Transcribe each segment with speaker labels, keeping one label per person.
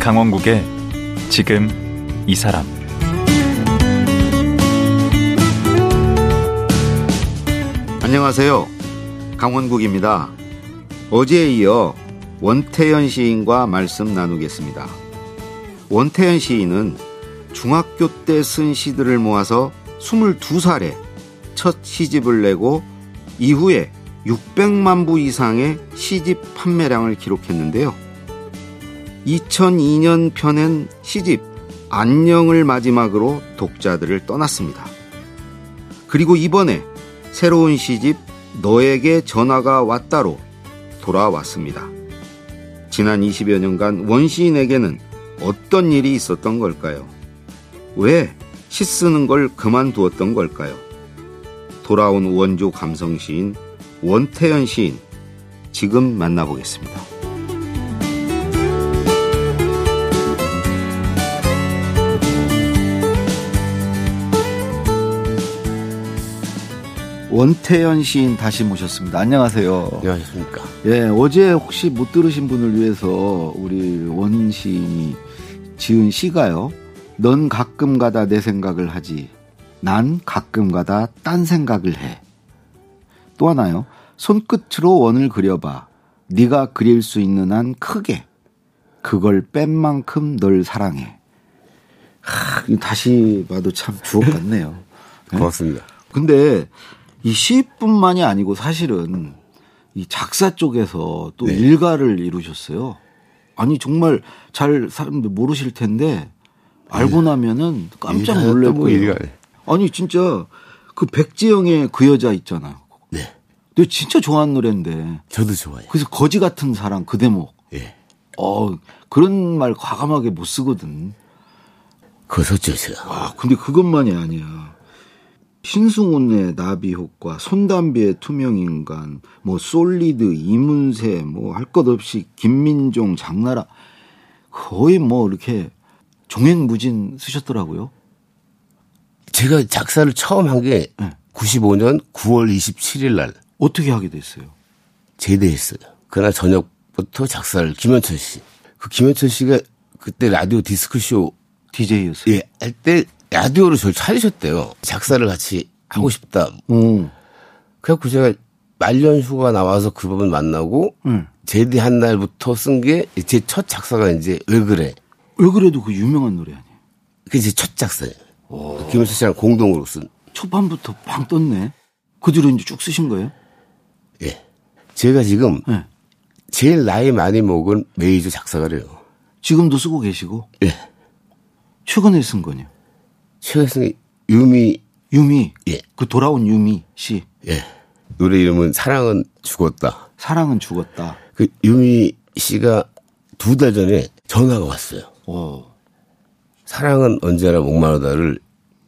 Speaker 1: 강원국의 지금 이 사람
Speaker 2: 안녕하세요. 강원국입니다. 어제에 이어 원태현 시인과 말씀 나누겠습니다. 원태현 시인은 중학교 때 쓴 시들을 모아서 22살에 첫 시집을 내고 이후에 600만 부 이상의 시집 판매량을 기록했는데요. 2002년 편엔 시집 안녕을 마지막으로 독자들을 떠났습니다. 그리고 이번에 새로운 시집 너에게 전화가 왔다로 돌아왔습니다. 지난 20여 년간 원시인에게는 어떤 일이 있었던 걸까요? 왜 시 쓰는 걸 그만두었던 걸까요? 돌아온 원조 감성 시인 원태현 시인 지금 만나보겠습니다. 원태현 시인 다시 모셨습니다. 안녕하세요.
Speaker 3: 안녕하십니까.
Speaker 2: 예, 어제 혹시 못 들으신 분을 위해서 우리 원 시인이 지은 시가요. 넌 가끔 가다 내 생각을 하지. 난 가끔 가다 딴 생각을 해. 또 하나요. 손끝으로 원을 그려봐. 네가 그릴 수 있는 한 크게. 그걸 뺀 만큼 널 사랑해. 하, 이거 다시 봐도 참 주옥 같네요.
Speaker 3: 고맙습니다.
Speaker 2: 근데 이 시뿐만이 아니고 사실은 이 작사 쪽에서 또
Speaker 3: 네.
Speaker 2: 일가를 이루셨어요. 아니 정말 잘 사람들 모르실 텐데 알고 나면은 깜짝
Speaker 3: 일가요?
Speaker 2: 놀랄
Speaker 3: 또뭐
Speaker 2: 거예요.
Speaker 3: 일가를.
Speaker 2: 아니 진짜 그 백지영의 그 여자 있잖아요.
Speaker 3: 네.
Speaker 2: 근데 진짜 좋아하는 노래인데
Speaker 3: 저도 좋아요.
Speaker 2: 그래서 거지 같은 사랑 그 대목.
Speaker 3: 예.
Speaker 2: 어 그런 말 과감하게 못 쓰거든.
Speaker 3: 거서죠, 제가.
Speaker 2: 아, 근데 그것만이 아니야. 신승훈의 나비효과, 손담비의 투명인간, 뭐 솔리드, 이문세, 뭐 할 것 없이 김민종, 장나라 거의 뭐 이렇게 종횡무진 쓰셨더라고요.
Speaker 3: 제가 작사를 처음 한 게 95년 9월 27일 날
Speaker 2: 어떻게 하게 됐어요?
Speaker 3: 제대했어요. 그날 저녁부터 작사를 김현철 씨. 그 김현철 씨가 그때 라디오 디스크쇼
Speaker 2: DJ였어요.
Speaker 3: 예, 할 때 라디오를 저를 찾으셨대요. 작사를 같이 하고 싶다.
Speaker 2: 오,
Speaker 3: 그래갖고 제가 말년 휴가 나와서 그분 만나고 제대한 날부터 쓴 게 제 첫 작사가 이제 왜 그래.
Speaker 2: 왜 그래도 그 유명한 노래 아니에요?
Speaker 3: 그게 제 첫 작사예요. 김현철 씨랑 공동으로 쓴.
Speaker 2: 초반부터 빵 떴네. 그 뒤로 이제 쭉 쓰신 거예요?
Speaker 3: 예. 제가 지금
Speaker 2: 네.
Speaker 3: 제일 나이 많이 먹은 메이저 작사가래요.
Speaker 2: 지금도 쓰고 계시고
Speaker 3: 예.
Speaker 2: 최근에 쓴 거네요.
Speaker 3: 최근에 유미
Speaker 2: 유미,
Speaker 3: 예.
Speaker 2: 그 돌아온 유미 씨
Speaker 3: 예. 노래 이름은 사랑은 죽었다.
Speaker 2: 사랑은 죽었다.
Speaker 3: 그 유미 씨가 두 달 전에 전화가 왔어요.
Speaker 2: 오,
Speaker 3: 사랑은 언제나 목마르다를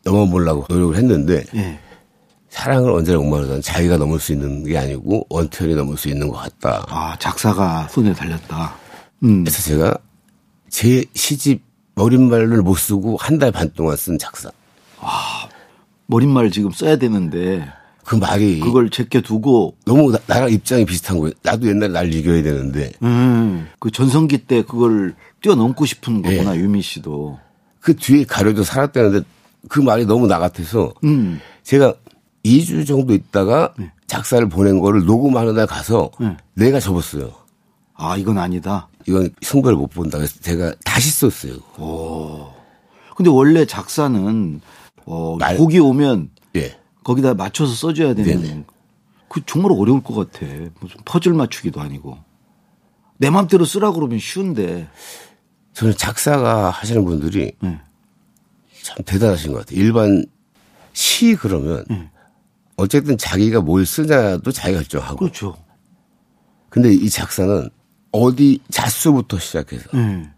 Speaker 3: 넘어보려고 노력을 했는데
Speaker 2: 예.
Speaker 3: 사랑을 언제나 목마르다는 자기가 넘을 수 있는 게 아니고 원태현이 넘을 수 있는 것 같다.
Speaker 2: 아, 작사가 손에 달렸다. 음.
Speaker 3: 그래서 제가 제 시집 머릿말을 못 쓰고 한 달 반 동안 쓴 작사.
Speaker 2: 머릿말 지금 써야 되는데,
Speaker 3: 그 말이
Speaker 2: 그걸 제껴두고,
Speaker 3: 너무 나, 나랑 입장이 비슷한 거예요. 나도 옛날 날 이겨야 되는데
Speaker 2: 음, 그 전성기 때 그걸 뛰어넘고 싶은 거구나, 유미 씨도.
Speaker 3: 그 뒤에 가려져 살았다는데 그 말이 너무 나 같아서 제가 2주 정도 있다가 작사를 보낸 거를 녹음하는 날 가서 내가 접었어요.
Speaker 2: 아, 이건 아니다.
Speaker 3: 이건 승부를 못 본다. 그래서 제가 다시 썼어요.
Speaker 2: 근데 원래 작사는, 어,
Speaker 3: 말-
Speaker 2: 곡이 오면
Speaker 3: 예.
Speaker 2: 거기다 맞춰서 써줘야 되는.
Speaker 3: 네네.
Speaker 2: 그 정말 어려울 것 같아. 무슨 퍼즐 맞추기도 아니고. 내 맘대로 쓰라고 그러면 쉬운데.
Speaker 3: 저는 작사가 하시는 분들이
Speaker 2: 네.
Speaker 3: 참 대단하신 것 같아요. 일반 시 그러면 어쨌든 자기가 뭘 쓰냐도 자기가 결정하고
Speaker 2: 그렇죠.
Speaker 3: 근데 이 작사는 어디 자수부터 시작해서
Speaker 2: 예.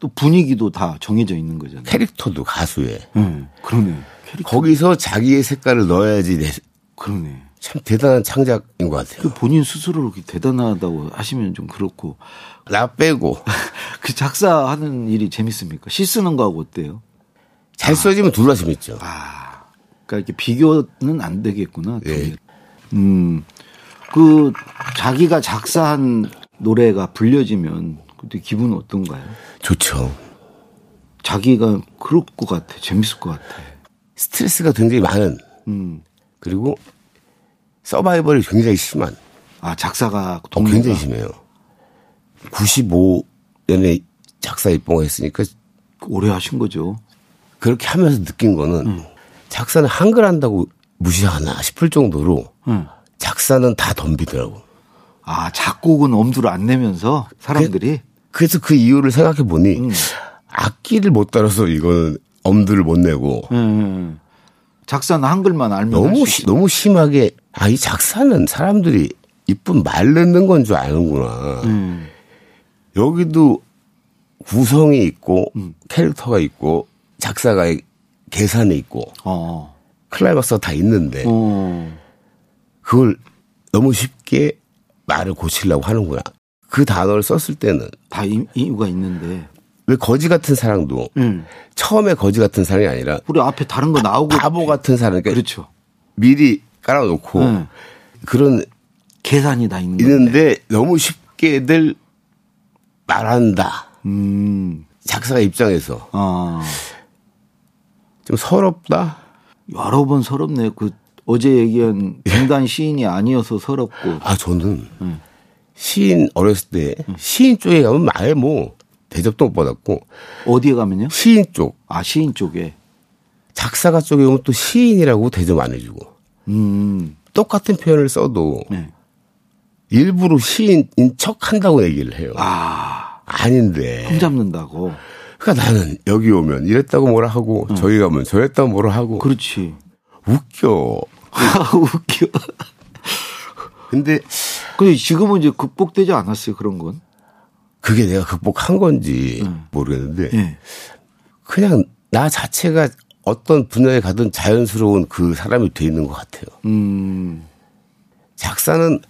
Speaker 2: 또 분위기도 다 정해져 있는 거잖아요.
Speaker 3: 캐릭터도 가수에
Speaker 2: 예. 그러네. 캐릭터.
Speaker 3: 거기서 자기의 색깔을 넣어야지 내-
Speaker 2: 그러네.
Speaker 3: 참 대단한
Speaker 2: 그
Speaker 3: 창작인 것 같아요.
Speaker 2: 본인 스스로 이렇게 대단하다고 하시면 좀 그렇고
Speaker 3: 나 빼고
Speaker 2: 그 작사하는 일이 재밌습니까? 시 쓰는 거하고 어때요?
Speaker 3: 잘 써지면 둘 다 재밌죠.
Speaker 2: 아, 그러니까 이렇게 비교는 안 되겠구나.
Speaker 3: 예.
Speaker 2: 음, 그 자기가 작사한 노래가 불려지면 근데 기분 어떤가요?
Speaker 3: 좋죠.
Speaker 2: 자기가 그럴 것 같아. 재밌을 것 같아.
Speaker 3: 스트레스가 굉장히 많은
Speaker 2: 음.
Speaker 3: 그리고 서바이벌이 굉장히 심한
Speaker 2: 아, 작사가
Speaker 3: 어,
Speaker 2: 동료가.
Speaker 3: 굉장히 심해요. 95년에 작사 입봉을 했으니까
Speaker 2: 오래 하신 거죠.
Speaker 3: 그렇게 하면서 느낀 거는
Speaker 2: 음.
Speaker 3: 작사는 한글 한다고 무시하나 싶을 정도로
Speaker 2: 음.
Speaker 3: 작사는 다 덤비더라고.
Speaker 2: 아, 작곡은 엄두를 안 내면서 사람들이
Speaker 3: 그래서 그 이유를 생각해 보니
Speaker 2: 음.
Speaker 3: 악기를 못 따라서 이거는 엄두를 못 내고
Speaker 2: 음, 음. 작사는 한글만 알면
Speaker 3: 그 너무
Speaker 2: 할수
Speaker 3: 시- 너무 심하게 아 이 작사는 사람들이 이쁜 말 넣는 건 줄 아는구나.
Speaker 2: 음.
Speaker 3: 여기도 구성이 있고
Speaker 2: 음.
Speaker 3: 캐릭터가 있고 작사가 계산이 있고
Speaker 2: 어.
Speaker 3: 클라이막스가 다 있는데
Speaker 2: 어.
Speaker 3: 그걸 너무 쉽게 말을 고치려고 하는구나. 그 단어를 썼을 때는
Speaker 2: 다 이, 이유가 있는데.
Speaker 3: 왜 거지 같은 사랑도
Speaker 2: 음.
Speaker 3: 처음에 거지 같은 사랑이 아니라
Speaker 2: 우리 앞에 다른 거 나오고
Speaker 3: 뭐 바보 같은 사랑 그러니까 네.
Speaker 2: 그렇죠.
Speaker 3: 미리 깔아놓고
Speaker 2: 음.
Speaker 3: 그런
Speaker 2: 계산이 다 있는 거.
Speaker 3: 있는데 너무 쉽게들 말한다.
Speaker 2: 음.
Speaker 3: 작사 입장에서
Speaker 2: 아.
Speaker 3: 좀 서럽다.
Speaker 2: 여러 번 서럽네요. 그 어제 얘기한 중단 시인이 아니어서 서럽고.
Speaker 3: 아 저는 시인 어렸을 때 시인 쪽에 가면 아예 뭐 대접도 못 받았고
Speaker 2: 어디에 가면요?
Speaker 3: 시인 쪽
Speaker 2: 아, 시인 쪽에.
Speaker 3: 작사가 쪽에 오면 또 시인이라고 대접 안 해주고
Speaker 2: 음.
Speaker 3: 똑같은 표현을 써도
Speaker 2: 네.
Speaker 3: 일부러 시인인 척 한다고 얘기를 해요.
Speaker 2: 아,
Speaker 3: 아닌데.
Speaker 2: 흠 잡는다고.
Speaker 3: 그러니까 나는 여기 오면 이랬다고 뭐라 하고 저기 가면 저랬다고 뭐라 하고
Speaker 2: 음. 그렇지.
Speaker 3: 웃겨.
Speaker 2: 아, 웃겨.
Speaker 3: 근데
Speaker 2: 근데 지금은 이제 극복되지 않았어요, 그런 건.
Speaker 3: 그게 내가 극복한 건지 모르겠는데
Speaker 2: 예.
Speaker 3: 그냥 나 자체가 어떤 분야에 가든 자연스러운 그 사람이 돼 있는 것 같아요.
Speaker 2: 음,
Speaker 3: 작사는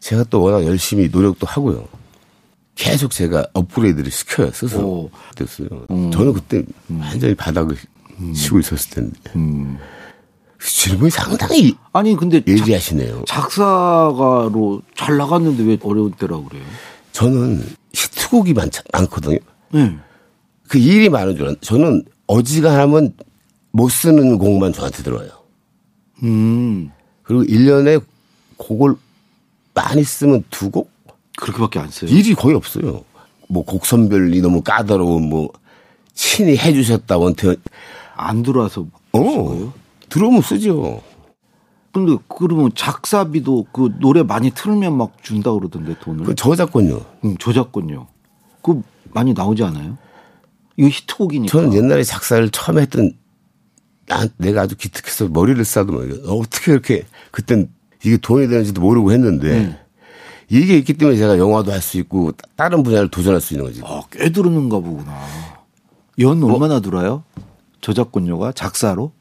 Speaker 3: 제가 또 워낙 열심히 노력도 하고요. 계속 제가 업그레이드를 시켜요, 스스로.
Speaker 2: 오. 음.
Speaker 3: 됐어요. 저는 그때 완전히 바닥을 치고 있었을 텐데.
Speaker 2: 음.
Speaker 3: 질문이 상당히
Speaker 2: 아니, 근데 작,
Speaker 3: 예리하시네요.
Speaker 2: 작사가로 잘 나갔는데 왜 어려운 때라고 그래요?
Speaker 3: 저는 히트곡이 많, 많거든요.
Speaker 2: 예.
Speaker 3: 그 일이 많은 줄 알았는데 저는 어지간하면 못 쓰는 곡만 저한테 들어요.
Speaker 2: 음,
Speaker 3: 그리고 1년에 곡을 많이 쓰면 두 곡?
Speaker 2: 그렇게밖에 안 써요.
Speaker 3: 일이 거의 없어요. 뭐 곡선별이 너무 까다로운 뭐 친히 해주셨다 원태현.
Speaker 2: 안 들어와서.
Speaker 3: 어, 들어오면 쓰죠.
Speaker 2: 근데 그러면 작사비도 그 노래 많이 틀면 막 준다 그러던데 돈을.
Speaker 3: 그 저작권요.
Speaker 2: 음, 저작권요. 그 많이 나오지 않아요? 이거 히트곡이니까.
Speaker 3: 저는 예- 옛날에 작사를 처음 했던 난 내가 아주 기특해서 머리를 싸도 뭐 이거 어떻게 이렇게 그땐 이게 돈이 되는지도 모르고 했는데
Speaker 2: 음.
Speaker 3: 이게 있기 때문에 제가 영화도 할 수 있고 따- 다른 분야를 도전할 수 있는 거지.
Speaker 2: 어, 꽤 들었는가 보구나. 연
Speaker 3: 뭐?
Speaker 2: 얼마나 들어요? 저작권료가 작사로?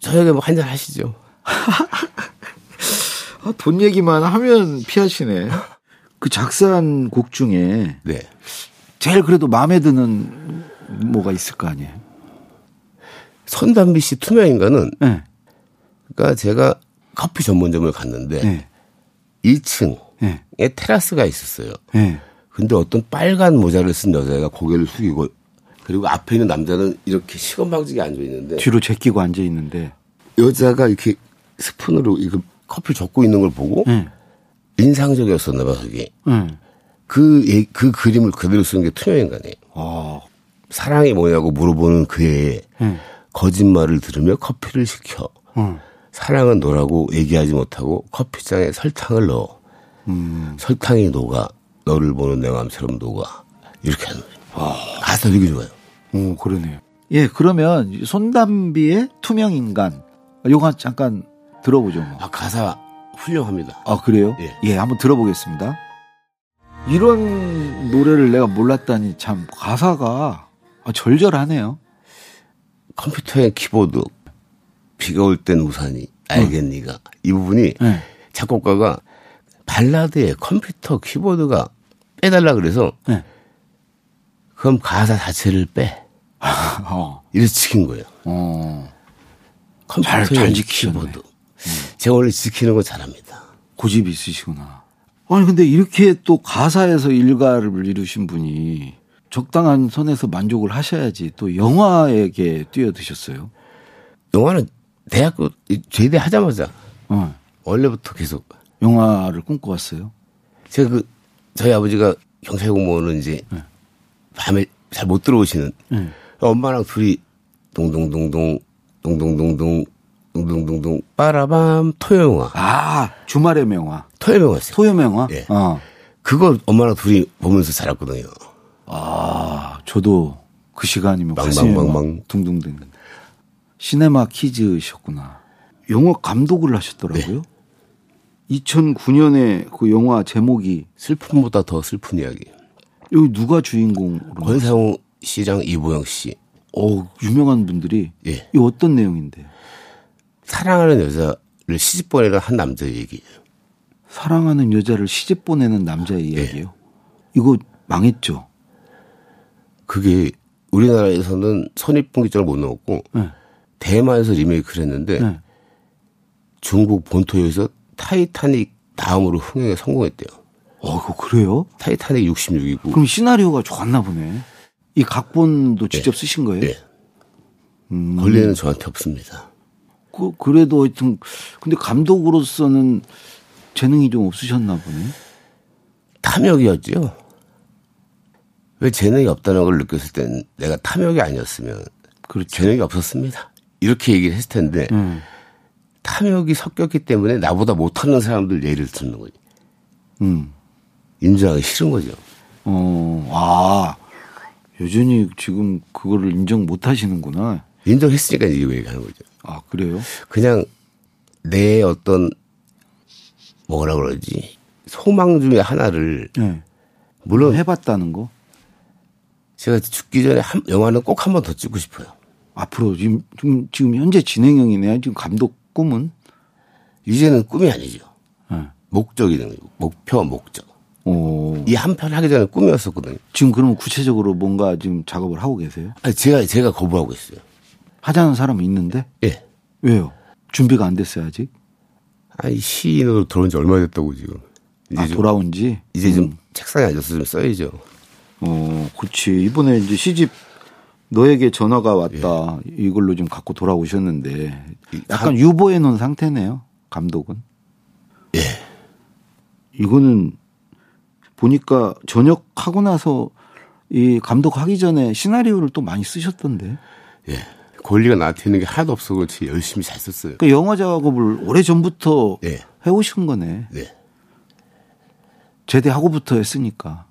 Speaker 3: 저녁에 뭐 한잔 하시죠.
Speaker 2: 아, 돈 얘기만 하면 피하시네. 그 작사한 곡 중에
Speaker 3: 네.
Speaker 2: 제일 그래도 마음에 드는 뭐가 있을 거 아니에요?
Speaker 3: 선담비 씨 투명인간은
Speaker 2: 네.
Speaker 3: 그러니까 제가 커피 전문점을 갔는데
Speaker 2: 네.
Speaker 3: 2층에
Speaker 2: 네.
Speaker 3: 테라스가 있었어요.
Speaker 2: 네.
Speaker 3: 근데 어떤 빨간 모자를 쓴 여자애가 고개를 숙이고 그리고 앞에 있는 남자는 이렇게 시건방지게 앉아 있는데
Speaker 2: 뒤로 제끼고 앉아 있는데.
Speaker 3: 여자가 이렇게 스푼으로 이거 커피 젓고 있는 걸 보고
Speaker 2: 네.
Speaker 3: 인상적이었었나 봐 그게
Speaker 2: 네.
Speaker 3: 그, 예- 그 그림을 그대로 쓰는 게 투명인간이에요.
Speaker 2: 어.
Speaker 3: 사랑이 뭐냐고 물어보는 그의
Speaker 2: 네.
Speaker 3: 거짓말을 들으며 커피를 시켜
Speaker 2: 응.
Speaker 3: 사랑은 너라고 얘기하지 못하고 커피잔에 설탕을 넣어
Speaker 2: 음.
Speaker 3: 설탕이 녹아 너를 보는 내 마음처럼 녹아 이렇게 하는 거예요. 가사 되게 좋아요.
Speaker 2: 오, 그러네요. 예, 그러면 손담비의 투명 인간. 요거 잠깐 들어보죠. 뭐.
Speaker 3: 아 가사 훌륭합니다.
Speaker 2: 아 그래요?
Speaker 3: 예.
Speaker 2: 한번 들어보겠습니다. 이런 노래를 내가 몰랐다니 참 가사가 아, 절절하네요.
Speaker 3: 컴퓨터의 키보드 비가 올 땐 우산이 알겠니가 이 부분이
Speaker 2: 어. 네.
Speaker 3: 작곡가가 발라드에 컴퓨터 키보드가 빼달라 그래서
Speaker 2: 네.
Speaker 3: 그럼 가사 자체를 빼
Speaker 2: 어,
Speaker 3: 이렇게 지킨 거예요.
Speaker 2: 어,
Speaker 3: 컴퓨터의
Speaker 2: 잘 지키셨네. 음.
Speaker 3: 키보드. 제가 원래 지키는 거 잘합니다.
Speaker 2: 고집이 있으시구나. 아니 근데 이렇게 또 가사에서 일가를 이루신 분이 적당한 선에서 만족을 하셔야지 또 영화에게 뛰어드셨어요.
Speaker 3: 영화는 대학교 제대하자마자
Speaker 2: 어.
Speaker 3: 원래부터 계속
Speaker 2: 영화를 꿈꿔왔어요.
Speaker 3: 제가 그 저희 아버지가 경찰 공무원은 이제 밤에 잘 못 들어오시는 엄마랑 둘이 동동동동 동동동동 동동동동 빠라밤 토요영화
Speaker 2: 아 주말의 명화,
Speaker 3: 토요영화였어요.
Speaker 2: 소요명화.
Speaker 3: 예.
Speaker 2: 어.
Speaker 3: 그걸 엄마랑 둘이 보면서 자랐거든요.
Speaker 2: 아 저도 그 시간이면
Speaker 3: 망,
Speaker 2: 가슴이
Speaker 3: 망,
Speaker 2: 막
Speaker 3: 망.
Speaker 2: 둥둥대는. 시네마 키즈셨구나. 영화 감독을
Speaker 3: 네.
Speaker 2: 하셨더라고요. 2009년에 그 영화 제목이
Speaker 3: 슬픔보다 더 슬픈 이야기.
Speaker 2: 여기 누가 주인공으로?
Speaker 3: 권상우 시장 이보영 씨
Speaker 2: 어 유명한 분들이
Speaker 3: 예.
Speaker 2: 이 어떤 내용인데
Speaker 3: 사랑하는 여자를 시집 보내는 한 남자 얘기예요.
Speaker 2: 사랑하는 여자를 시집 보내는
Speaker 3: 아, 예.
Speaker 2: 남자의 이야기요. 이거 망했죠.
Speaker 3: 그게 우리나라에서는 선입분기점을 못 넣었고
Speaker 2: 네.
Speaker 3: 대만에서 리메이크를 했는데
Speaker 2: 네.
Speaker 3: 중국 본토에서 타이타닉 다음으로 흥행에 성공했대요.
Speaker 2: 어, 그거 그래요?
Speaker 3: 타이타닉 66이고
Speaker 2: 그럼 시나리오가 좋았나 보네. 이 각본도 직접 쓰신 거예요?
Speaker 3: 예.
Speaker 2: 음.
Speaker 3: 권리는 저한테 없습니다.
Speaker 2: 그, 그래도 하여튼 근데 감독으로서는 재능이 좀 없으셨나 보네.
Speaker 3: 탐욕이었죠. 왜 재능이 없다는 걸 느꼈을 땐 내가 탐욕이 아니었으면
Speaker 2: 그렇죠.
Speaker 3: 재능이 없었습니다. 이렇게 얘기를 했을 텐데
Speaker 2: 음.
Speaker 3: 탐욕이 섞였기 때문에 나보다 못하는 사람들 예를 드는 거지.
Speaker 2: 음.
Speaker 3: 인정하기 싫은 거죠.
Speaker 2: 어, 아. 여전히 지금 그거를 인정 못 하시는구나.
Speaker 3: 인정했으니까 이거 얘기하는 거죠.
Speaker 2: 아, 그래요?
Speaker 3: 그냥 내 어떤 뭐라 그러지 소망 중에 하나를
Speaker 2: 네.
Speaker 3: 물론
Speaker 2: 해봤다는 거?
Speaker 3: 제가 죽기 전에 한, 영화는 꼭 한 번 더 찍고 싶어요.
Speaker 2: 앞으로 지금, 지금, 지금 현재 진행형이네. 지금 감독 꿈은?
Speaker 3: 이제는 꿈이 아니죠.
Speaker 2: 네.
Speaker 3: 목적이든 목표 목적
Speaker 2: 어,
Speaker 3: 이 한 편 하기 전에 꿈이었었거든요.
Speaker 2: 지금 그러면 구체적으로 뭔가 지금 작업을 하고 계세요?
Speaker 3: 아니, 제가 제가 거부하고 있어요.
Speaker 2: 하자는 사람이 있는데?
Speaker 3: 예.
Speaker 2: 왜요? 준비가 안 됐어요, 아직?
Speaker 3: 아니 시인으로 들어온 지 얼마 됐다고 지금 이제
Speaker 2: 아,
Speaker 3: 좀,
Speaker 2: 돌아온 지? 음.
Speaker 3: 이제 좀 책상에 앉아서 좀 써야죠.
Speaker 2: 어, 그치. 이번에 이제 시집 너에게 전화가 왔다.
Speaker 3: 예.
Speaker 2: 이걸로 좀 갖고 돌아오셨는데 약간 유보해 놓은 상태네요. 감독은. 예. 이거는 보니까 전역 하고 나서 이 감독 하기 전에 시나리오를 또 많이 쓰셨던데.
Speaker 3: 예. 권리가 나한테 있는 게 하나도 없어 그렇지 열심히 잘 썼어요.
Speaker 2: 그 영화 작업을 오래 전부터
Speaker 3: 예.
Speaker 2: 해오신 거네.
Speaker 3: 네.
Speaker 2: 제대하고부터 했으니까.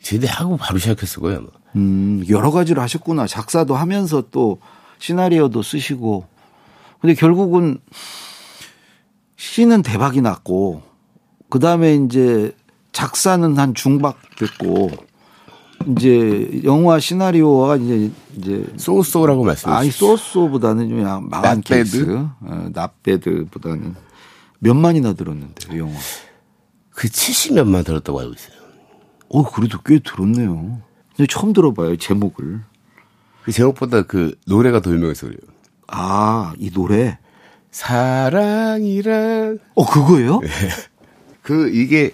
Speaker 3: 제대하고 바로 시작했을 거예요 아마.
Speaker 2: 음, 여러 가지를 하셨구나. 작사도 하면서 또 시나리오도 쓰시고. 근데 결국은 시는 대박이 났고, 그 다음에 이제 작사는 한 중박 됐고, 이제 영화 시나리오가 이제, 이제,
Speaker 3: 소소라고 말씀하셨어요.
Speaker 2: 아이 소스보다는 좀 야- 망한
Speaker 3: 낫배드?
Speaker 2: 케이스. 어, 낫배드보다는 몇 만이나 들었는데, 그 영화.
Speaker 3: 그 70몇만 들었다고 알고 있어요.
Speaker 2: 어, 그래도 꽤 들었네요. 근데 처음 들어봐요, 제목을.
Speaker 3: 그 제목보다 그 노래가 더 유명해서 그래요.
Speaker 2: 아, 이 노래.
Speaker 3: 사랑이란
Speaker 2: 어, 그거예요?
Speaker 3: 네. 그 이게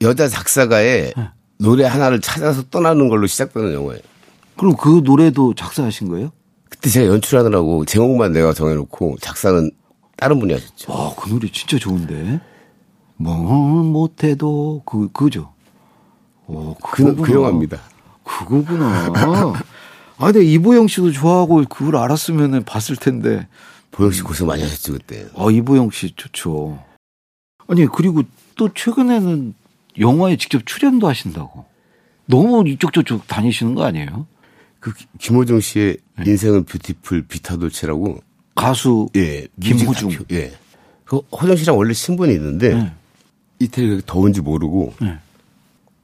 Speaker 3: 여자 작사가의
Speaker 2: 네.
Speaker 3: 노래 하나를 찾아서 떠나는 걸로 시작되는 영화예요.
Speaker 2: 그럼 그 노래도 작사하신 거예요?
Speaker 3: 그때 제가 연출하느라고 제목만 내가 정해놓고 작사는 다른 분이 하셨죠.
Speaker 2: 와, 그 노래 진짜 좋은데. 뭘 못해도 그 그죠. 오,
Speaker 3: 그,
Speaker 2: 그거구나.
Speaker 3: 그 영화입니다.
Speaker 2: 그거구나. 아, 근데 이보영 씨도 좋아하고 그걸 알았으면 봤을 텐데.
Speaker 3: 보영 씨 고생 많이 하셨죠 그때.
Speaker 2: 아, 이보영 씨 좋죠. 아니, 그리고 또 최근에는 영화에 직접 출연도 하신다고. 너무 이쪽저쪽 다니시는 거 아니에요?
Speaker 3: 그 기- 김호중 씨의
Speaker 2: 네.
Speaker 3: 인생은 뷰티풀 비타돌체라고
Speaker 2: 가수
Speaker 3: 예
Speaker 2: 김호중.
Speaker 3: 뮤직 다큐, 예. 그 호정 씨랑 원래 신분이 있는데
Speaker 2: 네.
Speaker 3: 이태리 가 더운지 모르고
Speaker 2: 네.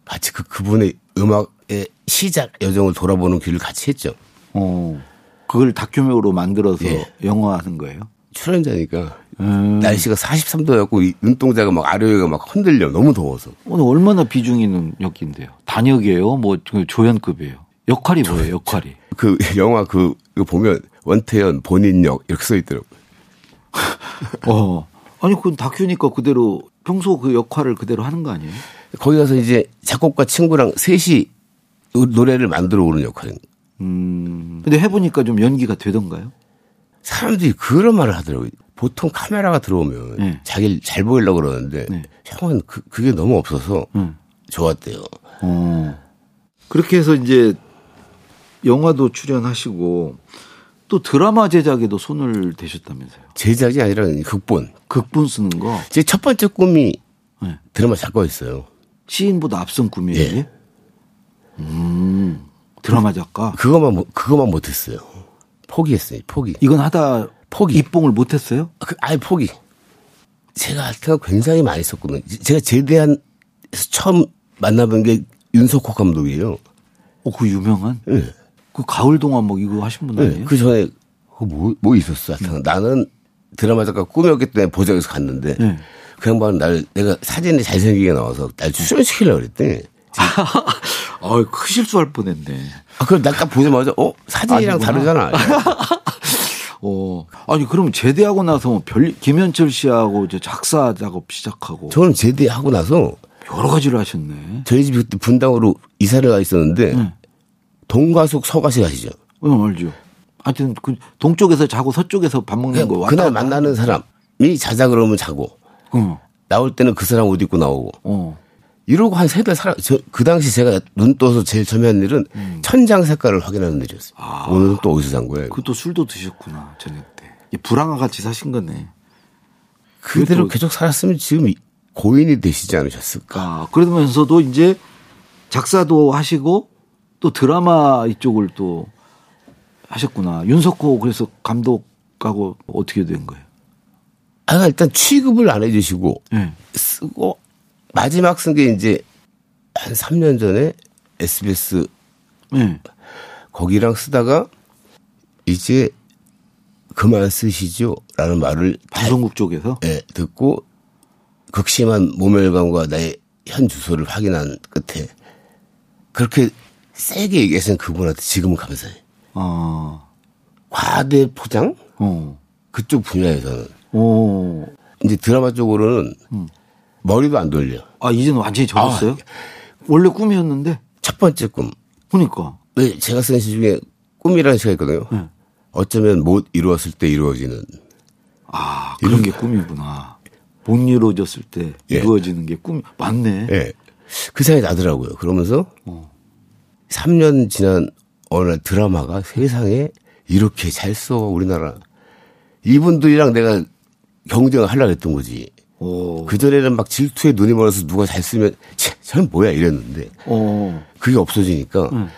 Speaker 3: 같이 그 그분의 음악의 시작 여정을 돌아보는 길을 같이 했죠.
Speaker 2: 어, 그걸 다큐명으로 만들어서
Speaker 3: 예.
Speaker 2: 영화하는 거예요.
Speaker 3: 출연자니까
Speaker 2: 음.
Speaker 3: 날씨가 43도였고 눈동자가 막 아래가 막 흔들려 너무 더워서
Speaker 2: 오늘 얼마나 비중 있는 역인데요? 단역이에요? 뭐그 조연급이에요? 역할이 뭐예요? 역할이?
Speaker 3: 그 영화 그 이거 보면 원태현 본인 역 이렇게 써 있더라고. 요
Speaker 2: 어. 아니 그건 다큐니까 그대로 평소 그 역할을 그대로 하는 거 아니에요?
Speaker 3: 거기 가서 이제 작곡가 친구랑 셋이 노- 노래를 만들어 오는 역할인 거예요.
Speaker 2: 음. 근데 해보니까 좀 연기가 되던가요?
Speaker 3: 사람들이 그런 말을 하더라고요. 보통 카메라가 들어오면
Speaker 2: 네.
Speaker 3: 자기를 잘 보이려고 그러는데
Speaker 2: 네.
Speaker 3: 형은 그, 그게 너무 없어서
Speaker 2: 음.
Speaker 3: 좋았대요.
Speaker 2: 어. 그렇게 해서 이제 영화도 출연하시고 또 드라마 제작에도 손을 대셨다면서요?
Speaker 3: 제작이 아니라 극본.
Speaker 2: 극본 쓰는 거
Speaker 3: 제 첫 번째 꿈이
Speaker 2: 네.
Speaker 3: 드라마 작가였어요.
Speaker 2: 시인보다 앞선 꿈이에요.
Speaker 3: 예.
Speaker 2: 음. 드라마 작가
Speaker 3: 그것만 못- 그것만 못했어요. 포기했어요. 포기.
Speaker 2: 이건 하다
Speaker 3: 포기.
Speaker 2: 입봉을 못했어요?
Speaker 3: 그 아예 포기. 제가 알트가 굉장히 많이 썼거든요. 제가 제대한 처음 만나본 게 윤석호 감독이에요.
Speaker 2: 어, 그 유명한
Speaker 3: 예.
Speaker 2: 그 가을 동안 뭐 이거 하신 분
Speaker 3: 예.
Speaker 2: 아니에요? 음.
Speaker 3: 그 전에 그거 뭐, 뭐 있었어? 하여튼 나는 드라마 작가 꿈이었기 때문에 보장해서 갔는데
Speaker 2: 네.
Speaker 3: 그 양반은 날 내가 사진이 잘생기게 나와서 날 출연시키려고 그랬대.
Speaker 2: 아, 크 실수할 뻔했네.
Speaker 3: 아, 그럼 나딱 보자마자 어? 사진이랑
Speaker 2: 아니구나.
Speaker 3: 다르잖아.
Speaker 2: 어, 아니 그럼 제대하고 나서 뭐 별 김현철 씨하고 이제 작사 작업 시작하고
Speaker 3: 저는 제대하고 나서
Speaker 2: 여러 가지를 하셨네.
Speaker 3: 저희 집이 그때 분당으로 이사를 가 있었는데
Speaker 2: 음.
Speaker 3: 동가숙 서가시 아시죠?
Speaker 2: 네, 응, 어, 알죠. 하여튼 그 동쪽에서 자고 서쪽에서 밥 먹는 거
Speaker 3: 그냥
Speaker 2: 뭐 왔다
Speaker 3: 그날
Speaker 2: 갔다
Speaker 3: 만나는 사람이 자자 그러면 자고
Speaker 2: 응.
Speaker 3: 나올 때는 그 사람 옷 입고 나오고
Speaker 2: 어.
Speaker 3: 이러고 한 세 달 살아 저, 그 당시 제가 눈 떠서 제일 처음에 한 일은 천장 색깔을 확인하는 일이었어요. 오늘은 또 어디서 잔 거예요?
Speaker 2: 아. 그것도 술도 드셨구나 저녁 때. 이 불황아 같이 사신 거네.
Speaker 3: 그, 대로 계속 살았으면 지금 이- 고인이 되시지 않으셨을까?
Speaker 2: 아, 그러면서도 이제 작사도 하시고 또 드라마 이쪽을 또 하셨구나. 윤석호 그래서 감독하고 어떻게 된 거예요?
Speaker 3: 아 일단 취급을 안 해주시고
Speaker 2: 예.
Speaker 3: 쓰고 마지막 쓴 게 이제 한 3년 전에 SBS
Speaker 2: 예.
Speaker 3: 거기랑 쓰다가 이제 그만 쓰시죠라는 말을
Speaker 2: 방송국 쪽에서
Speaker 3: 예, 듣고 극심한 모멸감과 나의 현 주소를 확인한 끝에 그렇게 세게 얘기해서는 그분한테 지금은 감사해.
Speaker 2: 아,
Speaker 3: 과대 포장
Speaker 2: 어,
Speaker 3: 그쪽 분야에서는
Speaker 2: 오,
Speaker 3: 이제 드라마 쪽으로는 머리도 안 돌려.
Speaker 2: 아 이제는 완전히 접었어요?
Speaker 3: 아, 예.
Speaker 2: 원래 꿈이었는데,
Speaker 3: 첫 번째 꿈.
Speaker 2: 그러니까,
Speaker 3: 왜 제가 쓴 시 중에 꿈이라는 시가 있거든요. 어쩌면 못 이루었을 때 이루어지는
Speaker 2: 아 그런 게 꿈이구나. 못 이루어졌을 때
Speaker 3: 예.
Speaker 2: 이루어지는 게 꿈, 맞네.
Speaker 3: 예. 그 생각이 나더라고요. 그러면서
Speaker 2: 어.
Speaker 3: 3년 지난 어느 날 드라마가 세상에 이렇게 잘 써, 우리나라. 이분들이랑 내가 경쟁을 하려고 했던 거지.
Speaker 2: 오,
Speaker 3: 그전에는 막 질투에 눈이 멀어서 누가 잘 쓰면, 쟤, 쟤는 뭐야 이랬는데.
Speaker 2: 어,
Speaker 3: 그게 없어지니까,
Speaker 2: 음.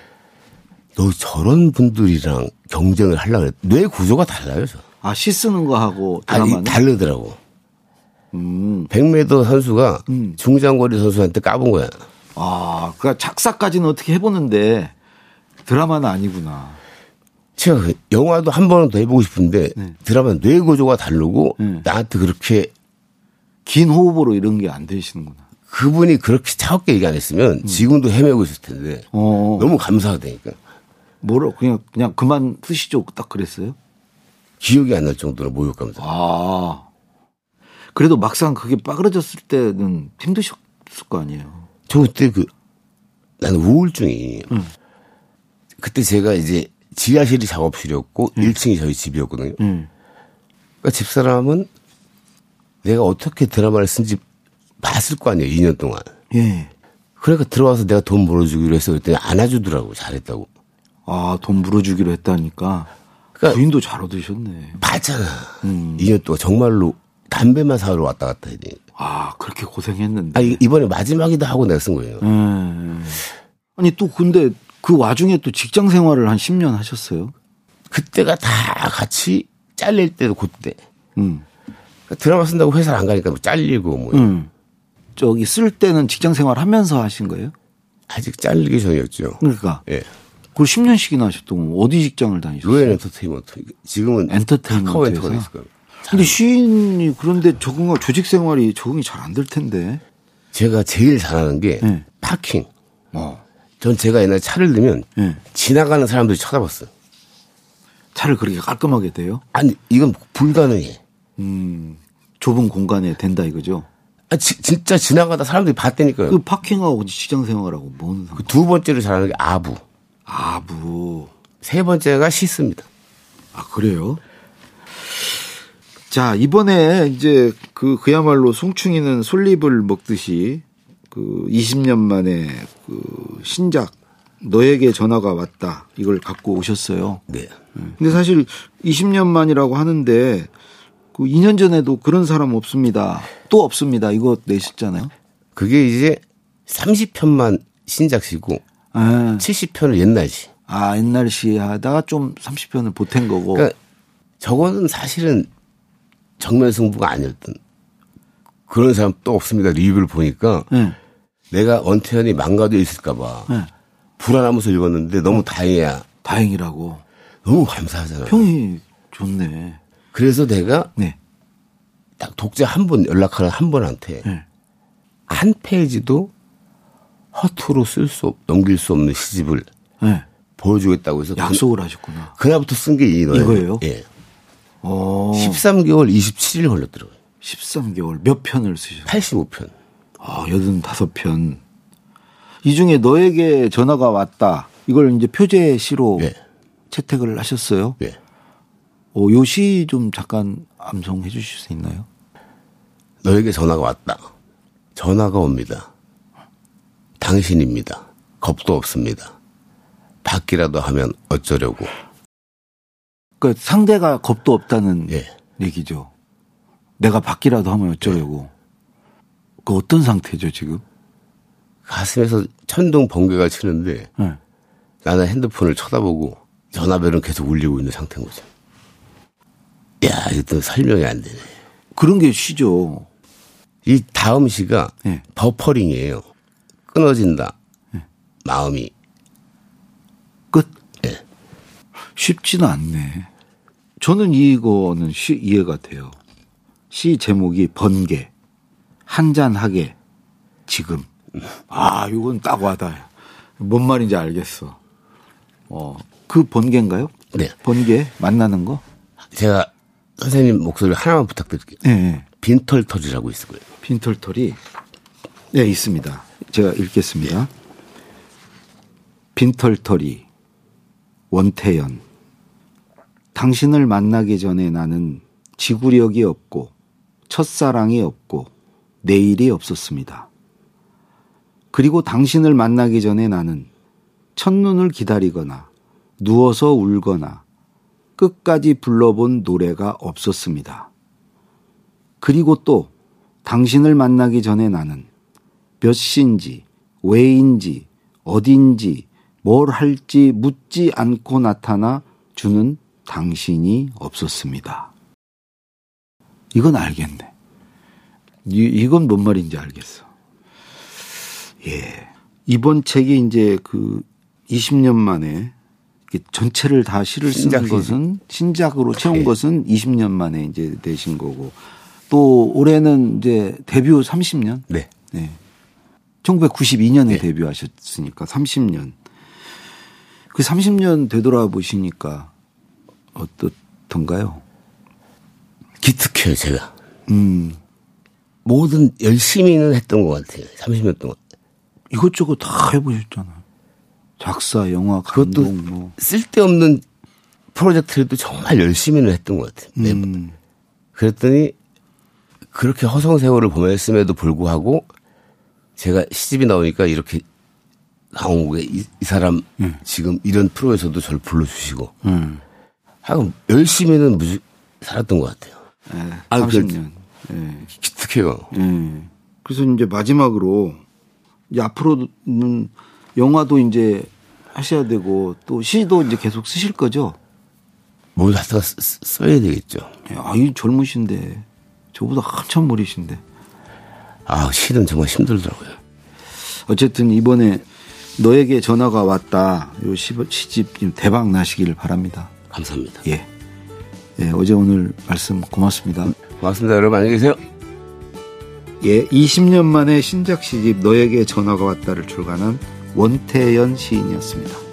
Speaker 3: 너 저런 분들이랑 경쟁을 하려고 했, 뇌 구조가 달라요, 저.
Speaker 2: 아시 쓰는 거 하고
Speaker 3: 아니,
Speaker 2: 드라마는,
Speaker 3: 다르더라고.
Speaker 2: 음,
Speaker 3: 100m 선수가 중장거리 선수한테 까본 거야.
Speaker 2: 아, 그러니까 작사까지는 어떻게 해보는데 드라마는 아니구나.
Speaker 3: 제가 그 영화도 한 번은 더 해보고 싶은데
Speaker 2: 네.
Speaker 3: 드라마는 뇌 구조가 다르고 나한테 그렇게
Speaker 2: 긴 호흡으로 이런 게 안 되시는구나.
Speaker 3: 그분이 그렇게 차갑게 얘기 안 했으면 지금도 헤매고 있을 텐데
Speaker 2: 네. 어,
Speaker 3: 너무 감사하다니까
Speaker 2: 뭐라 그냥 그냥 그만 쓰시죠, 딱 그랬어요?
Speaker 3: 기억이 안 날 정도로 모욕감사.
Speaker 2: 아. 그래도 막상 그게 빠그러졌을 때는 힘드셨을 거 아니에요.
Speaker 3: 저 그때 그 나는 우울증이 그때 제가 이제 지하실이 작업실이었고 1층이 저희 집이었거든요.
Speaker 2: 음.
Speaker 3: 그러니까 집사람은 내가 어떻게 드라마를 쓴지 봤을 거 아니에요. 2년 동안.
Speaker 2: 예.
Speaker 3: 그러니까 들어와서 내가 돈 벌어주기로 했어 그랬더니 안아주더라고 잘했다고
Speaker 2: 아, 돈 물어주기로 했다니까.
Speaker 3: 그러니까-
Speaker 2: 부인도 잘 얻으셨네.
Speaker 3: 봤잖아
Speaker 2: 음.
Speaker 3: 2년 동안 정말로 담배만 사러 왔다 갔다 해야 돼
Speaker 2: 아, 그렇게 고생했는데.
Speaker 3: 아, 이- 이번에 마지막이다 하고 내가 쓴 거예요
Speaker 2: 예. 아니, 또 근데 그 와중에 또 직장 생활을 한 10년 하셨어요.
Speaker 3: 그때가 다 같이 잘릴 때도 그때
Speaker 2: 음.
Speaker 3: 그러니까 드라마 쓴다고 회사를 안 가니까 뭐 잘리고 뭐
Speaker 2: 음. 저기 쓸 때는 직장 생활 하면서 하신 거예요?
Speaker 3: 아직 잘리기 전이었죠
Speaker 2: 그러니까.
Speaker 3: 예
Speaker 2: 그걸 10년씩이나 하셨던 거 어디 직장을 다니셨어요?
Speaker 3: 로얄 엔터테인먼트 지금은
Speaker 2: 엔터테인먼트에서?
Speaker 3: 카카오 엔터가 있을 거예요
Speaker 2: 근데 시인이 그런데 적응과 조직 생활이 적응이 잘 안 될 텐데.
Speaker 3: 제가 제일 잘하는 게
Speaker 2: 예.
Speaker 3: 파킹
Speaker 2: 어.
Speaker 3: 전 제가 옛날에 차를 내면
Speaker 2: 예.
Speaker 3: 지나가는 사람들이 쳐다봤어요
Speaker 2: 차를 그렇게 깔끔하게 대요?
Speaker 3: 아니 이건 불가능해
Speaker 2: 음. 좁은 공간에 된다 이거죠.
Speaker 3: 아, 지- 진짜 지나가다 사람들이 봤다니까요.
Speaker 2: 그 파킹하고 직장 생활하고 뭔 상관?
Speaker 3: 그두 번째로 잘하는 게 아부.
Speaker 2: 아부.
Speaker 3: 세 번째가 시스입니다.
Speaker 2: 아 그래요? 자 이번에 이제 그 그야말로 송충이는 솔잎을 먹듯이 그 20년 만에 그 신작 너에게 전화가 왔다 이걸 갖고 오셨어요.
Speaker 3: 네.
Speaker 2: 근데 사실 20년 만이라고 하는데 그 2년 전에도 그런 사람 없습니다. 또 없습니다. 이거 내셨잖아요.
Speaker 3: 그게 이제 30편만 신작시고
Speaker 2: 아,
Speaker 3: 70편을 옛날시.
Speaker 2: 아 옛날 시 하다가 좀 30편을 보탠 거고.
Speaker 3: 그러니까 저거는 사실은 정면 승부가 아니었던 그런 사람 또 없습니다. 리뷰를 보니까
Speaker 2: 예.
Speaker 3: 내가 언태현이 망가져 있을까봐
Speaker 2: 예.
Speaker 3: 불안하면서 읽었는데 너무 다행이야.
Speaker 2: 다행이라고.
Speaker 3: 너무 감사하잖아. 요
Speaker 2: 평이 좋네.
Speaker 3: 그래서 내가
Speaker 2: 네.
Speaker 3: 딱 독자 한 분 연락하는 한 분한테
Speaker 2: 네.
Speaker 3: 한 페이지도 허투루 쓸 수 없, 넘길 수 없는 시집을
Speaker 2: 네.
Speaker 3: 보여주겠다고 해서
Speaker 2: 약속을 하셨구나.
Speaker 3: 그, 날부터 쓴 게 이 노래
Speaker 2: 이거예요?
Speaker 3: 예.
Speaker 2: 어.
Speaker 3: 13개월 27일 걸렸더라고요.
Speaker 2: 13개월 몇 편을 쓰셨어요?
Speaker 3: 85편.
Speaker 2: 아, 85편. 이 중에 너에게 전화가 왔다. 이걸 이제 표제 시로
Speaker 3: 예.
Speaker 2: 채택을 하셨어요.
Speaker 3: 예.
Speaker 2: 어, 요시 좀 잠깐 암송해 주실 수 있나요?
Speaker 3: 너에게 전화가 왔다. 전화가 옵니다. 당신입니다. 겁도 없습니다. 받기라도 하면 어쩌려고.
Speaker 2: 그러니까 상대가 겁도 없다는
Speaker 3: 예.
Speaker 2: 얘기죠. 내가 받기라도 하면 어쩌려고. 그 어떤 상태죠, 지금?
Speaker 3: 가슴에서 천둥 번개가 치는데
Speaker 2: 예.
Speaker 3: 나는 핸드폰을 쳐다보고 전화벨은 계속 울리고 있는 상태인 거죠. 야, 이것도 설명이 안 되네.
Speaker 2: 그런 게 시죠.
Speaker 3: 이 다음 시가
Speaker 2: 예.
Speaker 3: 버퍼링이에요. 끊어진다. 마음이.
Speaker 2: 끝.
Speaker 3: 예.
Speaker 2: 쉽지는 않네. 저는 이거는 시, 이해가 돼요. 시 제목이 번개, 한잔하게, 지금. 아, 이건 딱 와닿아요. 뭔 말인지 알겠어. 어, 그 번개인가요?
Speaker 3: 네.
Speaker 2: 번개? 만나는 거?
Speaker 3: 제가 선생님 목소리 하나만 부탁드릴게요.
Speaker 2: 예, 예.
Speaker 3: 빈털터리라고 있을 거예요.
Speaker 2: 빈털털이 네 있습니다. 제가 읽겠습니다. 빈털털이 원태연 당신을 만나기 전에 나는 지구력이 없고 첫사랑이 없고 내일이 없었습니다. 그리고 당신을 만나기 전에 나는 첫눈을 기다리거나 누워서 울거나 끝까지 불러본 노래가 없었습니다. 그리고 또 당신을 만나기 전에 나는 몇 시인지, 왜인지, 어딘지, 뭘 할지 묻지 않고 나타나 주는 당신이 없었습니다. 이건 알겠네. 이, 이건 뭔 말인지 알겠어. 예. 이번 책이 이제 그 20년 만에 이렇게 전체를 다 시를 쓰는
Speaker 3: 신작이죠.
Speaker 2: 것은 신작으로 채운
Speaker 3: 예.
Speaker 2: 것은 20년 만에 이제 내신 거고 또 올해는 이제 데뷔 30년.
Speaker 3: 네.
Speaker 2: 네. 1992년에 데뷔하셨으니까 30년. 그 30년 되돌아보시니까 어떻던가요?
Speaker 3: 기특해요, 제가.
Speaker 2: 음,
Speaker 3: 모든 열심히는 했던 것 같아요. 30년 동안.
Speaker 2: 이것저것 다 해보셨잖아요. 작사, 영화,
Speaker 3: 그것도
Speaker 2: 감독, 뭐.
Speaker 3: 쓸데없는 프로젝트도 정말 열심히는 했던 것 같아요. 네.
Speaker 2: 음,
Speaker 3: 그랬더니 그렇게 허송세월을 보냈음에도 불구하고 제가 시집이 나오니까 이렇게 나온 거에 이, 이 사람
Speaker 2: 예.
Speaker 3: 지금 이런 프로에서도 저를 불러주시고
Speaker 2: 음.
Speaker 3: 하고 열심히는 무지 살았던 것 같아요.
Speaker 2: 예,
Speaker 3: 아,
Speaker 2: 30년. 예.
Speaker 3: 기특해요.
Speaker 2: 예. 그래서 이제 마지막으로 이제 앞으로는 영화도 이제 하셔야 되고 또 시도 이제 계속 쓰실 거죠?
Speaker 3: 뭘 갖다가 쓰- 쓰- 써야 되겠죠.
Speaker 2: 아, 이 젊으신데 저보다 한참 어리신데
Speaker 3: 아 시는 정말 힘들더라고요.
Speaker 2: 어쨌든 이번에 너에게 전화가 왔다. 요 시- 시집 지금 대박 나시길 바랍니다.
Speaker 3: 감사합니다.
Speaker 2: 예. 예, 어제 오늘 말씀 고맙습니다.
Speaker 3: 고맙습니다. 여러분 안녕히 계세요.
Speaker 2: 예, 20년 만에 신작 시집 너에게 전화가 왔다를 출간한 원태연 시인이었습니다.